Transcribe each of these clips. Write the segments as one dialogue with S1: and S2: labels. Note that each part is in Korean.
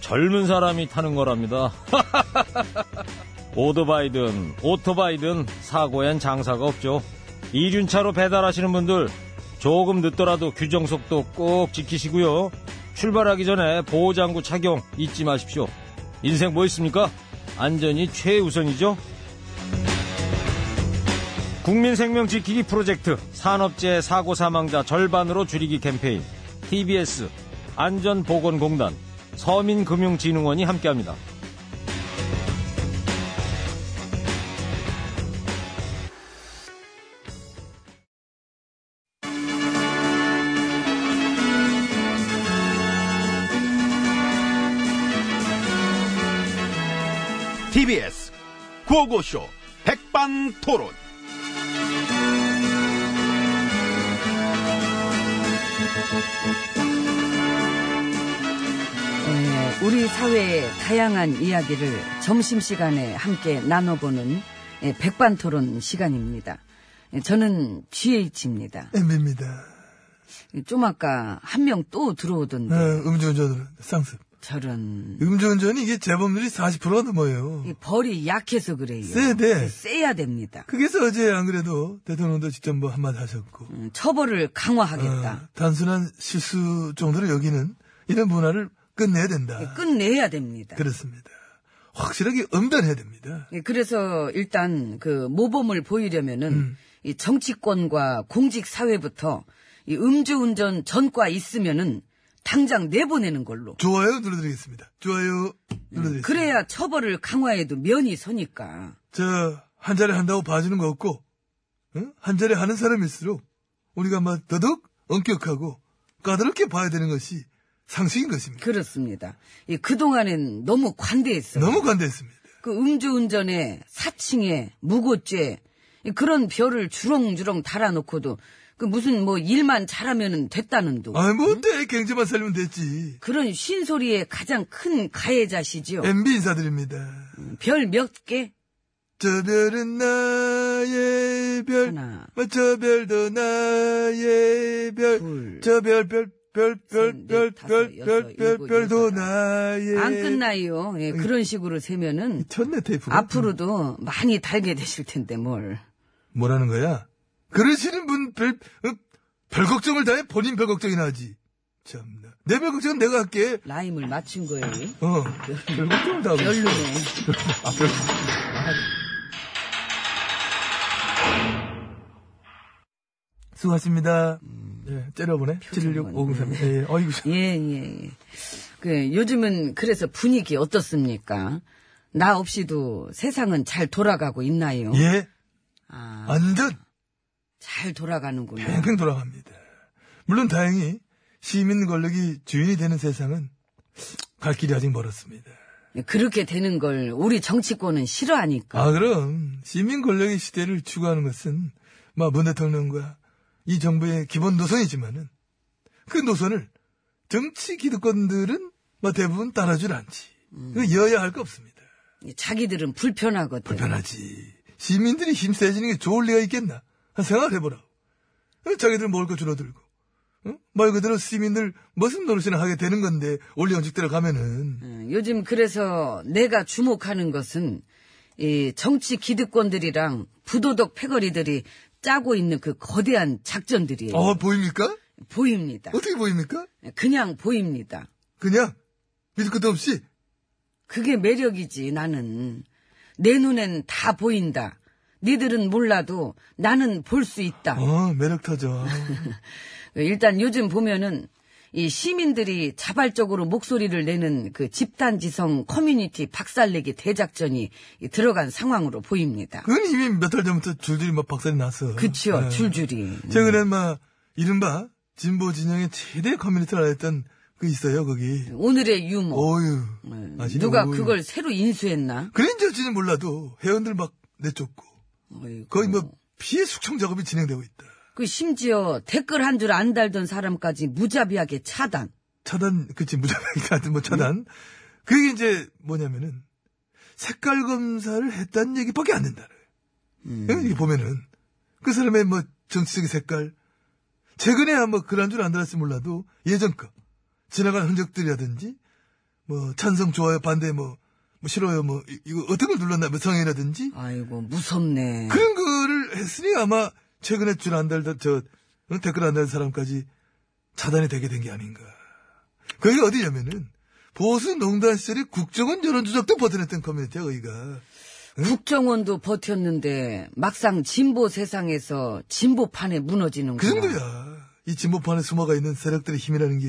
S1: 젊은 사람이 타는 거랍니다. 오토바이든 오토바이든 사고엔 장사가 없죠. 이륜차로 배달하시는 분들 조금 늦더라도 규정 속도 꼭 지키시고요. 출발하기 전에 보호장구 착용 잊지 마십시오. 인생 뭐 있습니까? 안전이 최우선이죠. 국민 생명 지키기 프로젝트 산업재해 사고 사망자 절반으로 줄이기 캠페인 TBS 안전보건공단 서민금융진흥원이 함께합니다.
S2: TBS 구호고쇼 백반토론.
S3: 예, 우리 사회의 다양한 이야기를 점심시간에 함께 나눠보는 예, 백반토론 시간입니다. 예, 저는 GH입니다.
S4: MB입니다.
S3: 좀 아까 한 명 또 들어오던데
S4: 네, 음주운전 상습.
S3: 저런
S4: 음주운전이 이게 재범률이 40%가 넘어요.
S3: 이 벌이 약해서 그래요.
S4: 세대.
S3: 세야 됩니다.
S4: 그래서 어제 안 그래도 대통령도 직접 뭐 한마디 하셨고.
S3: 음, 처벌을 강화하겠다.
S4: 어, 단순한 실수 정도로 여기는 이런 문화를 끝내야 된다.
S3: 예, 끝내야 됩니다.
S4: 그렇습니다. 확실하게 엄단해야 됩니다.
S3: 예, 그래서 일단 그 모범을 보이려면은
S4: 음.
S3: 이 정치권과 공직 사회부터 이 음주운전 전과 있으면은 당장 내보내는 걸로.
S4: 좋아요 눌러드리겠습니다. 좋아요 눌러드리겠습니다.
S3: 예, 그래야 처벌을 강화해도 면이 서니까.
S4: 저, 한 자리 한다고 봐주는 거 없고, 응? 한 자리 하는 사람일수록 우리가 막 더더욱 엄격하고 까다롭게 봐야 되는 것이 상식인 것입니다.
S3: 그렇습니다. 이 그동안엔 너무 관대했어요.
S4: 너무 관대했습니다.
S3: 그 음주운전에 사칭에 무고죄 이 그런 별을 주렁주렁 달아놓고도 그 무슨 뭐 일만 잘하면 됐다는 둥.
S4: 아이, 뭐, 어때? 경제만 살면 됐지.
S3: 그런 쉰소리의 가장 큰 가해자시지요.
S4: MB 인사드립니다.
S3: 별 몇 개?
S4: 저 별은 나의 별.
S3: 하나,
S4: 뭐저 별도 나의 별.
S3: 둘.
S4: 저 별, 별, 별, 별,
S3: 셋,
S4: 별,
S3: 넷, 다섯,
S4: 별,
S3: 여섯,
S4: 별, 별,
S3: 일곱,
S4: 별도
S3: 여덟.
S4: 나의.
S3: 안 끝나요. 예, 그런 식으로 세면은
S4: 미쳤네,
S3: 음.
S4: 테이프.
S3: 앞으로도 많이 달게 되실 텐데 뭘.
S4: 뭐라는 거야? 그러시는 분 별, 어, 별 걱정을 다해 본인 별 걱정이나 하지. 참나. 내 별 걱정은 내가 할게.
S3: 라임을 맞춘 거예요.
S4: 어. 별 걱정을 다 하고 있어.
S3: 별로네.
S4: 아, 별 걱정. 아. 수고하셨습니다. 예, 째려보네. 716 503. 예, 예. 어이구, 참.
S3: 예, 예, 예. 그, 요즘은 그래서 분위기 어떻습니까? 나 없이도 세상은 잘 돌아가고 있나요?
S4: 예,
S3: 아,
S4: 완전
S3: 잘 돌아가는구나.
S4: 팽팽 돌아갑니다. 물론 다행히 시민 권력이 주인이 되는 세상은 갈 길이 아직 멀었습니다.
S3: 예, 그렇게 되는 걸 우리 정치권은 싫어하니까.
S4: 아, 그럼 시민 권력의 시대를 추구하는 것은 막 문 대통령과 이 정부의 기본 노선이지만은 그 노선을 정치 기득권들은 막 대부분 따라줄 않지. 그 여야 할 거 없습니다.
S3: 자기들은 불편하거든.
S4: 불편하지. 시민들이 힘 세지는 게 좋을 리가 있겠나? 한 생각을 해보라고. 어, 자기들 먹을 거 줄어들고. 어? 말 그대로 시민들 무슨 노릇이나 하게 되는 건데 원래 원칙대로 가면은
S3: 음, 요즘 그래서 내가 주목하는 것은 이 정치 기득권들이랑 부도덕 패거리들이 짜고 있는 그 거대한 작전들이에요.
S4: 어 보입니까?
S3: 보입니다.
S4: 어떻게 보입니까?
S3: 그냥 보입니다.
S4: 그냥 믿을 것도 없이
S3: 그게 매력이지, 나는. 내 눈엔 다 보인다. 니들은 몰라도 나는 볼 수 있다.
S4: 어, 매력 터져.
S3: 일단 요즘 보면은 이 시민들이 자발적으로 목소리를 내는 그 집단지성 커뮤니티 박살내기 대작전이 이 들어간 상황으로 보입니다.
S4: 그건 이미 몇 달 전부터 줄줄이 막 박살이 났어.
S3: 음. 그치요,
S4: 예.
S3: 줄줄이.
S4: 최근엔 막, 뭐 이른바, 진보 진영의 최대 커뮤니티를 알렸던 그 있어요, 거기.
S3: 오늘의 유머.
S4: 어유.
S3: 음,
S4: 아시네,
S3: 누가
S4: 어유.
S3: 그걸 새로 인수했나?
S4: 그랜지 어찌는 몰라도 회원들 막 내쫓고,
S3: 어이구.
S4: 거의 뭐, 피해 숙청 작업이 진행되고 있다.
S3: 그 심지어 댓글 한 줄 안 달던 사람까지 무자비하게 차단.
S4: 차단, 그치, 무자비하게 하여튼 뭐 차단. 그게 이제 뭐냐면은, 색깔 검사를 했다는 얘기밖에 안 된다는 거예요. 이게 보면은, 그 사람의 뭐, 정치적인 색깔, 최근에야 뭐, 그런 줄 안 들었을지 몰라도, 예전 거, 지나간 흔적들이라든지, 뭐, 찬성 좋아요, 반대 뭐, 뭐 싫어요, 뭐, 이- 이거 어떤 걸 눌렀나, 뭐, 성향이라든지,
S3: 아이고, 무섭네.
S4: 음. 그런 거를 했으니 아마, 최근에 줄 안 달던, 저, 어, 댓글 안 달 사람까지 차단이 되게 된 게 아닌가. 그게 어디냐면은, 보수 농단 시절에 국정원 여론 조작도 버텨냈던 커뮤니티야, 거기가.
S3: 국정원도 버텼는데 막상 진보 세상에서 진보판에 무너지는
S4: 그 정도야. 이 진보판에 숨어가 있는 세력들의 힘이라는 게.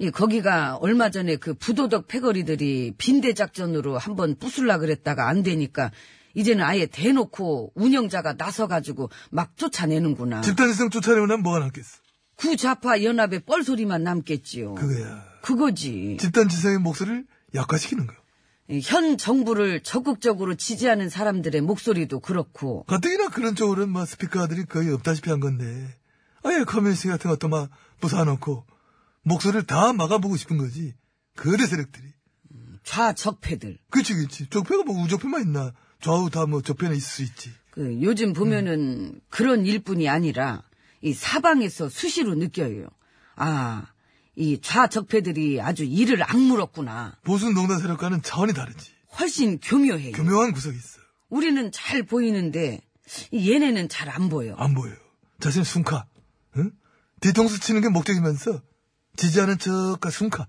S3: 이 거기가 얼마 전에 그 부도덕 패거리들이 빈대 작전으로 한번 부술라 그랬다가 안 되니까 이제는 아예 대놓고 운영자가 나서가지고 막 쫓아내는구나.
S4: 집단성 쫓아내면 난 뭐가 남겠어.
S3: 구좌파 연합의 뻘소리만 남겠지요.
S4: 그거야.
S3: 그거지.
S4: 집단지성의 목소리를 약화시키는 거야.
S3: 이현 정부를 적극적으로 지지하는 사람들의 목소리도 그렇고
S4: 가뜩이나 그런 쪽으로는 막 스피커들이 거의 없다시피 한 건데. 아예 커뮤니티 같은 것도 막 부사놓고, 목소리를 다 막아보고 싶은 거지. 거대 세력들이.
S3: 좌적패들.
S4: 그치, 그치. 적폐가 뭐 우적폐만 있나. 좌우 다 뭐 적폐는 있을 수 있지.
S3: 그 요즘 보면은 그런 일뿐이 아니라 이 사방에서 수시로 느껴요. 아, 이 좌적패들이 아주 이를 악물었구나.
S4: 보수 농단 세력과는 차원이 다르지.
S3: 훨씬 교묘해요.
S4: 교묘한 구석이 있어.
S3: 우리는 잘 보이는데 이 얘네는 잘 안 보여.
S4: 안 보여요. 자신 숨카. 응? 뒤통수 치는 게 목적이면서 지지하는 척과 숨카.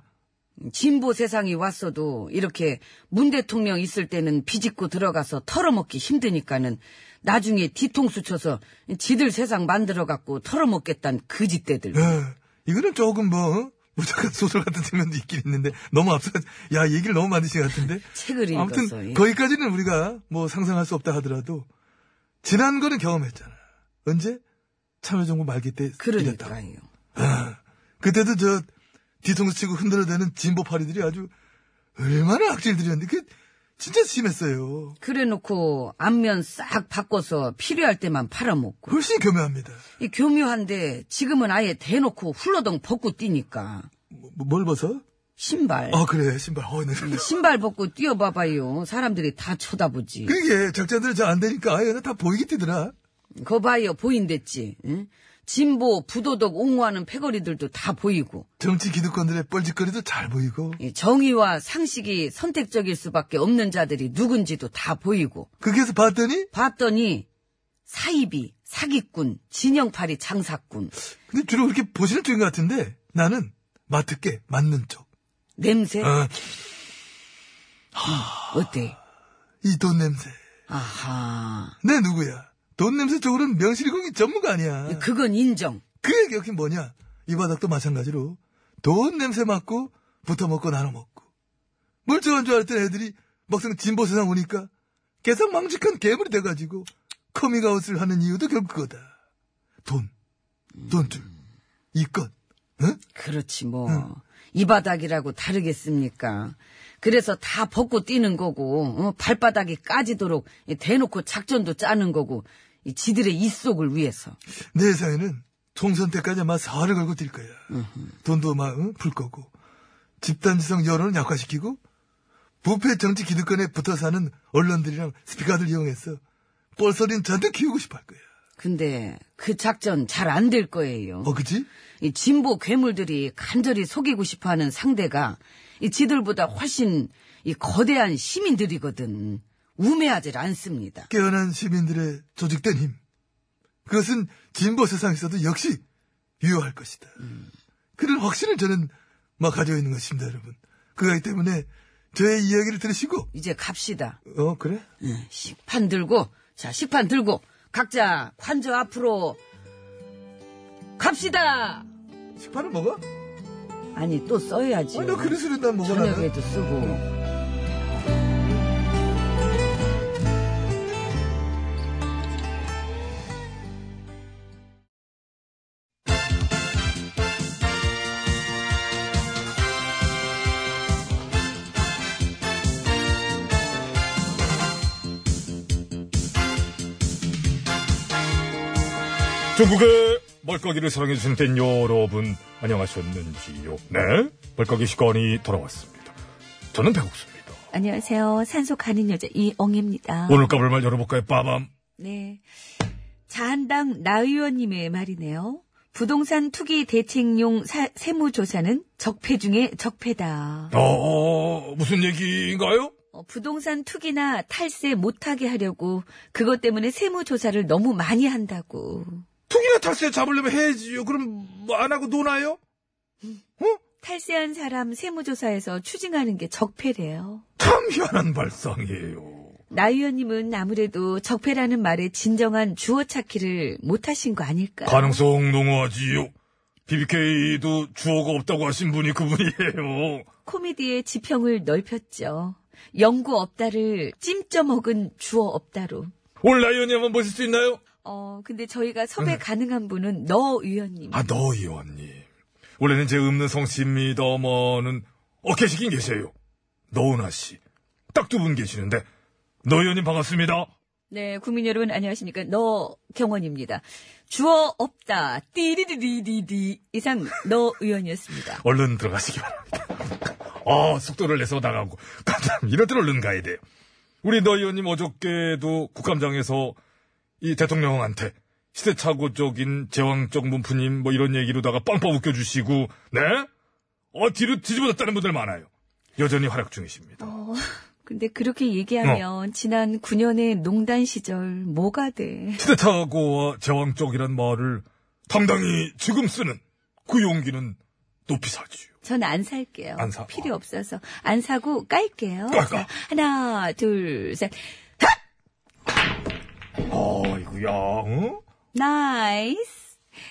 S3: 진보 세상이 왔어도 이렇게 문 대통령 있을 때는 비집고 들어가서 털어먹기 힘드니까는 나중에 뒤통수 쳐서 지들 세상 만들어갖고 털어먹겠다는 그짓대들.
S4: 예. 이거는 조금 뭐, 어? 무조건 소설 같은 장면도 있긴 있는데, 너무 앞서, 야, 얘기를 너무 많이 하신 것 같은데.
S3: 책을 읽었어.
S4: 아무튼,
S3: 예.
S4: 거기까지는 우리가 뭐 상상할 수 없다 하더라도, 지난 거는 경험했잖아. 언제? 참여정부 말기 때. 이랬다고.
S3: 그러니까요.
S4: 그때도 저 뒤통수 치고 흔들어대는 진보파리들이 아주 얼마나 악질들이었는데 그 진짜 심했어요.
S3: 그래놓고 앞면 싹 바꿔서 필요할 때만 팔아먹고.
S4: 훨씬 교묘합니다.
S3: 이 교묘한데 지금은 아예 대놓고 훌러덩 벗고 뛰니까.
S4: 뭐, 뭘 벗어?
S3: 신발.
S4: 아 그래 신발. 어, 네.
S3: 신발 벗고 뛰어봐봐요. 사람들이 다 쳐다보지.
S4: 그게 그러니까 예, 작자들은 잘 안 되니까 아예 다 보이게 뛰더라.
S3: 거 봐요. 보인댔지. 응? 진보, 부도덕 옹호하는 패거리들도 다 보이고.
S4: 정치 기득권들의 뻘짓거리도 잘 보이고
S3: 이 정의와 상식이 선택적일 수밖에 없는 자들이 누군지도 다 보이고.
S4: 거기에서 봤더니
S3: 봤더니 사이비, 사기꾼, 진영팔이 장사꾼,
S4: 근데 주로 그렇게 보시는 쪽인 것 같은데 나는 맡을게 맞는 쪽.
S3: 냄새
S4: 아,
S3: 어때?
S4: 이 돈 냄새.
S3: 아하.
S4: 내 누구야? 돈 냄새 쪽으로는 명실이 공이 전문가 아니야.
S3: 그건 인정.
S4: 그의 격이 뭐냐? 이 바닥도 마찬가지로 돈 냄새 맡고 붙어 먹고 나눠 먹고 멀쩡한 줄 알았던 애들이 막상 진보 세상 오니까 개상 망직한 괴물이 돼가지고 커밍아웃을 하는 이유도 결국 그거다. 돈, 돈줄, 이건, 응?
S3: 그렇지 뭐. 이 바닥이라고 다르겠습니까? 그래서 다 벗고 뛰는 거고 어? 발바닥이 까지도록 이 대놓고 작전도 짜는 거고 이 지들의 입속을 위해서.
S4: 내 사회는 총선 때까지 아마 사활을 걸고 뛸 거야. 돈도 막, 응? 풀 거고. 집단지성 여론을 약화시키고, 부패 정치 기득권에 붙어 사는 언론들이랑 스피커들 이용해서 뻘소리는 잔뜩 키우고 싶어 할 거야.
S3: 근데 그 작전 잘 안 될 거예요.
S4: 어, 그지?
S3: 이 진보 괴물들이 간절히 속이고 싶어하는 상대가 이 지들보다 훨씬 이 거대한 시민들이거든. 우매하질 않습니다.
S4: 깨어난 시민들의 조직된 힘. 그것은 진보 세상에서도 역시 유효할 것이다. 그런 확신을 저는 막 가지고 있는 것입니다, 여러분. 그렇기 때문에 저의 이야기를 들으시고
S5: 이제 갑시다.
S4: 어 그래?
S5: 응, 식판 들고, 자, 식판 들고, 각자 관저 앞으로 갑시다!
S4: 식판을 먹어?
S5: 아니, 또 써야지.
S4: 아니 나 그릇으로 난 먹어 나는
S5: 저녁에도 쓰고.
S6: 중국의 말까기를 사랑해주시는 팬 여러분, 안녕하셨는지요? 네, 말까기 시간이 돌아왔습니다. 저는 배국수입니다.
S3: 안녕하세요. 산소 가는 여자 이엉입니다.
S6: 오늘 까불 말 열어볼까요? 빠밤.
S3: 네. 자한당 나 의원님의 말이네요. 부동산 투기 대책용 사- 세무조사는 적폐 중에 적폐다.
S6: 어, 무슨 얘기인가요?
S3: 어, 부동산 투기나 탈세 못하게 하려고 그것 때문에 세무조사를 너무 많이 한다고.
S6: 투기나 탈세 잡으려면 해야지요. 그럼 뭐안 하고 노나요?
S3: 탈세한 사람 세무조사에서 추징하는 게 적폐래요.
S6: 참 희한한 발상이에요.
S3: 나 의원님은 아무래도 적폐라는 말의 진정한 주어 찾기를 못하신 거 아닐까.
S6: 가능성 농후하지요. BBK도 주어가 없다고 하신 분이 그분이에요.
S3: 코미디의 지평을 넓혔죠. 영구 없다를 찜쪄 먹은 주어 없다로.
S6: 올 라이언이 한번 보실 수 있나요?
S3: 어, 근데 저희가 섭외 가능한 분은 너 의원님.
S6: 아, 너 의원님. 원래는 제 없는 성씨입니다. 어머는 어, 계시긴 계세요. 너은아 씨. 딱 두 분 계시는데. 너 의원님 반갑습니다.
S3: 네, 국민 여러분 안녕하십니까. 너 경원입니다. 주어 없다. 띠리리리리리. 이상 너 의원이었습니다.
S6: 얼른 들어가시기 바랍니다. 아, 속도를 내서 나가고. 깜짝, 이럴 때 얼른 가야 돼요. 우리 너 의원님 어저께도 국감장에서 이 대통령한테 시대착오적인 제왕적 문프님 뭐 이런 얘기로다가 빵빵 웃겨주시고, 네? 어, 뒤로 뒤집어졌다는 분들 많아요. 여전히 활약 중이십니다.
S3: 어, 근데 그렇게
S6: 어.
S3: 얘기하면 지난 9년의 농단 시절 뭐가 돼?
S6: 시대착오와 제왕적이란 말을 당당히 지금 쓰는 그 용기는 높이 사지요.
S3: 전 안 살게요.
S6: 안 사-
S3: 필요 없어서 안 사고 깔게요.
S6: 깔까?
S3: 자, 하나, 둘, 셋.
S6: 아이고야, 어?
S3: 나이스.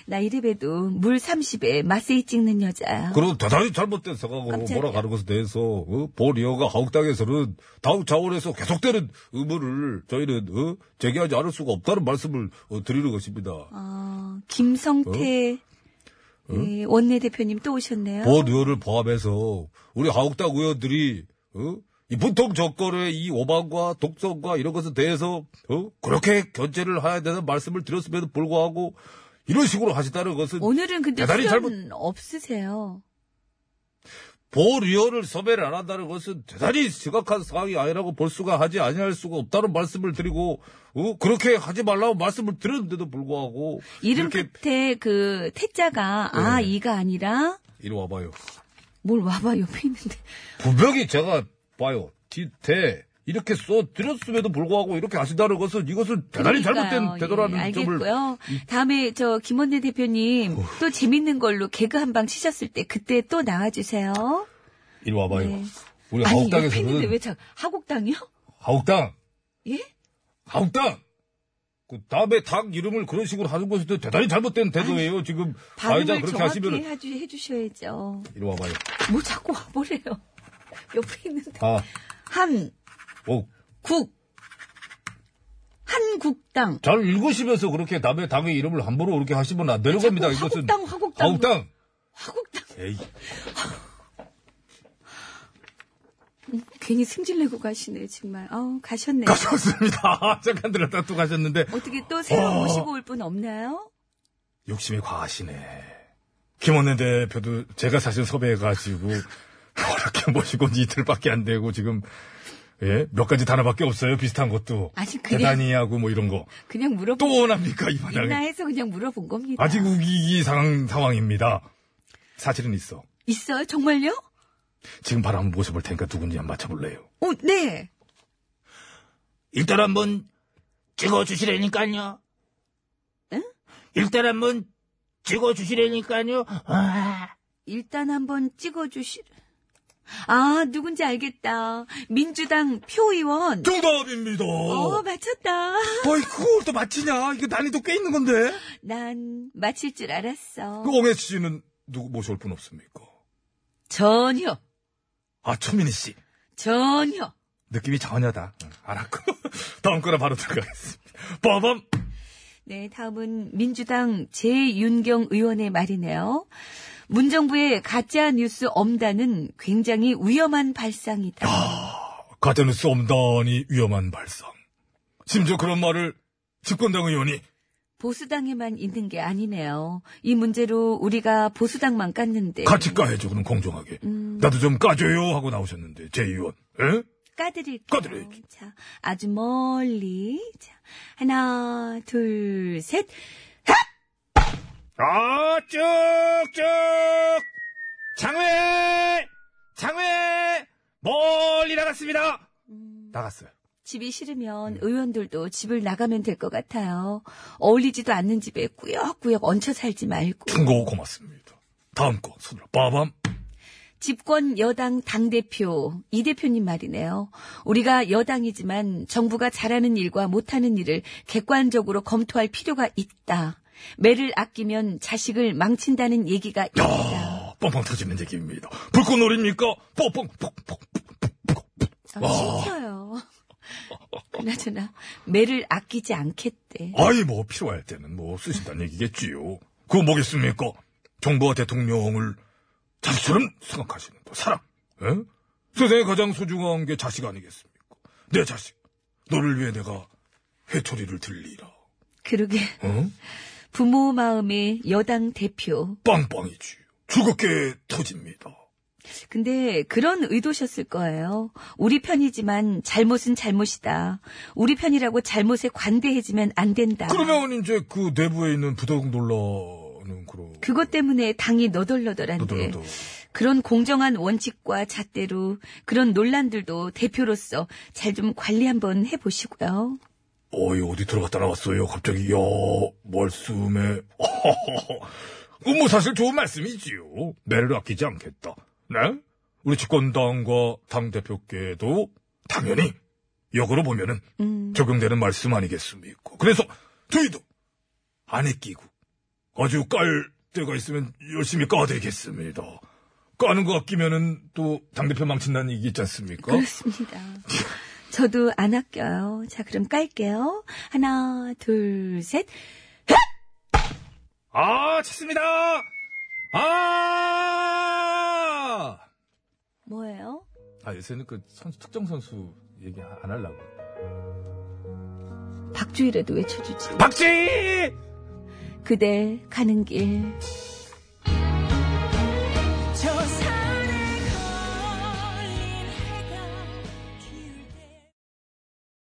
S3: 나 이래봬도 물 30에 마세이 찍는 여자야.
S6: 그리고 대단히 잘못돼서 가고
S3: 깜짝이야.
S6: 몰아가는 것에 대해서 어? 보리어가 하옥당에서는 다음 차원에서 계속되는 의무를 저희는 어? 제기하지 않을 수가 없다는 말씀을 어, 드리는 것입니다.
S3: 어, 김성태
S6: 어?
S3: 예, 원내대표님 또 오셨네요.
S6: 본 의원을 포함해서 우리 하옥당 의원들이 어? 이 분통 정권의 이 오만과 독선과 이런 것에 대해서 어? 그렇게 견제를 해야 되는 말씀을 드렸음에도 불구하고 이런 식으로 하시다는 것은
S3: 오늘은 근데
S6: 대단히
S3: 출연
S6: 잘못-
S3: 없으세요.
S6: 본 의원을 섭외를 안 한다는 것은 대단히 심각한 상황이 아니라고 볼 수가 하지 아니할 수가 없다는 말씀을 드리고 어? 그렇게 하지 말라고 말씀을 드렸는데도 불구하고
S3: 이름
S6: 이렇게
S3: 끝에 그 태자가 아
S6: 네.
S3: 이가 아니라
S6: 이리 와봐요
S3: 뭘 와봐 옆에 있는데
S6: 분명히 제가 봐요 뒤태 이렇게 써 드렸음에도 불구하고 이렇게 하신다는 것은 이것은 대단히 잘못된
S3: 그러니까요.
S6: 태도라는
S3: 예,
S6: 점을
S3: 알겠고요. 다음에 저 김원내 대표님 또 재밌는 걸로 개그 한 방 치셨을 때 그때 또 나와주세요.
S6: 이리 와봐요
S3: 네.
S6: 우리
S3: 아니 옆에 있는데
S6: 하옥당에서는
S3: 왜 자, 하곡당이요?
S6: 하옥당
S3: 예?
S6: 하옥당 그 다음에 당 이름을 그런 식으로 하는 것은 대단히 잘못된 태도예요 지금 가해자
S3: 발음을
S6: 그렇게
S3: 정확히
S6: 하시면
S3: 해주, 해주셔야죠.
S6: 이리 와봐요
S3: 뭐 자꾸 와보래요. 옆에 있는데
S6: 아
S3: 한
S6: 어,
S3: 국. 한국당.
S6: 잘 읽으시면서 그렇게 남의 당의 이름을 함부로 그렇게 하시면 안 되는
S3: 자꾸
S6: 겁니다. 이것은
S3: 화곡당, 화곡당.
S6: 화곡당.
S3: 화국당.
S6: 에이,
S3: 괜히 승질내고 가시네, 정말. 어 가셨네.
S6: 가셨습니다. 잠깐 들었다 또 가셨는데
S3: 어떻게 또 새로 모시고 올 분 없나요?
S6: 욕심이 과하시네. 김원내 대표도 제가 사실 섭외해가지고 이렇게 모시고 이틀밖에 안 되고 지금 예? 몇 가지 단어밖에 없어요. 비슷한 것도
S3: 아니, 그냥-
S6: 대단히 하고 뭐 이런 거.
S3: 그냥 물어본
S6: 또 원합니까 이
S3: 있나
S6: 바닥에?
S3: 해서 그냥 물어본 겁니다.
S6: 아직 우기기 상황, 상황입니다. 사실은 있어.
S3: 있어요? 정말요?
S6: 지금 바로 한번 모셔볼 테니까 누군지 한번 맞춰볼래요.
S3: 어, 네.
S7: 일단 한번 찍어주시라니까요. 일단 한번 찍어주시라니까요. 아,
S3: 일단 한번 찍어주시. 아, 누군지 알겠다. 민주당 표 의원.
S4: 정답입니다.
S3: 어, 맞췄다.
S4: 어이, 그걸 또 맞히냐? 이거 난이도 꽤 있는 건데.
S3: 난 맞힐 줄 알았어.
S4: 그 옹혜 씨는 누구 모셔올 분 없습니까?
S3: 전혀,
S4: 아, 천민희 씨.
S3: 전혀.
S4: 느낌이 전혀다. 응, 알았고. 다음 거나 바로 들어가겠습니다. 빠밤!
S3: 네, 다음은 민주당 재윤경 의원의 말이네요. 문정부의 가짜 뉴스 엄단은 굉장히 위험한 발상이다.
S4: 가짜뉴스 엄단이 위험한 발상. 심지어 그런 말을 집권당 의원이
S3: 보수당에만 있는 게 아니네요. 이 문제로 우리가 보수당만 깠는데
S4: 같이 까야죠, 그럼 공정하게.
S3: 음.
S4: 나도 좀 까줘요 하고 나오셨는데, 제 의원. 예?
S3: 까드릴게요.
S4: 까드려야지.
S3: 자, 아주 멀리. 자, 하나, 둘, 셋.
S4: 아, 쭉쭉! 장외! 장외! 멀리 나갔습니다! 나갔어요.
S3: 집이
S4: 음.
S3: 싫으면 의원들도 집을 나가면 될 것 같아요. 어울리지도 않는 집에 꾸역꾸역 얹혀 살지 말고.
S4: 충고 고맙습니다. 다음 거, 손으로 빠밤!
S3: 집권 여당 당대표, 이 대표님 말이네요. 우리가 여당이지만 정부가 잘하는 일과 못하는 일을 객관적으로 검토할 필요가 있다. 매를 아끼면 자식을 망친다는 얘기가 있다.
S4: 아, 뻥뻥 터지는 얘기입니다. 불꽃놀입니까? 뻥뻥, 퍽퍽.
S3: 아, 싫어요. 그나저나, 매를 아끼지 않겠대.
S4: 아이, 뭐, 필요할 때는 뭐, 쓰신다는 얘기겠지요. 그거 뭐겠습니까? 정부와 대통령을 자식처럼 생각하시는 거, 사람. 예? 세상에 가장 소중한 게 자식 아니겠습니까? 내 자식. 너를 위해 내가 회초리를 들리라.
S3: 그러게,
S4: 어?
S3: 부모 마음의 여당 대표.
S4: 빵빵이지. 죽었게 터집니다.
S3: 근데 그런 의도셨을 거예요. 우리 편이지만 잘못은 잘못이다. 우리 편이라고 잘못에 관대해지면 안 된다.
S4: 그러면 이제 그 내부에 있는 부도덕 논란은 그런.
S3: 그것 때문에 당이 너덜너덜한데
S4: 너도, 너도.
S3: 그런 공정한 원칙과 잣대로 그런 논란들도 대표로서 잘 좀 관리 한번 해보시고요.
S4: 어이, 어디 들어갔다 나왔어요? 갑자기, 야, 말씀에. 뭐, 사실 좋은 말씀이지요. 매를 아끼지 않겠다. 네? 우리 집권당과 당대표께도 당연히 역으로 보면은
S3: 음,
S4: 적용되는 말씀 아니겠습니까? 그래서 저희도 안 아끼고 아주 깔 때가 있으면 열심히 까대겠습니다. 까는 거 아끼면은 또 당대표 망친다는 얘기 있지
S3: 어?
S4: 않습니까?
S3: 그렇습니다. 저도 안 아껴요. 자, 그럼 깔게요. 하나, 둘, 셋.
S4: 아, 찾습니다! 아!
S3: 뭐예요?
S4: 아, 요새는 그 선수, 특정 선수 얘기 안 하려고.
S3: 박주일에도 외쳐주지.
S4: 박지!
S3: 그대 가는 길.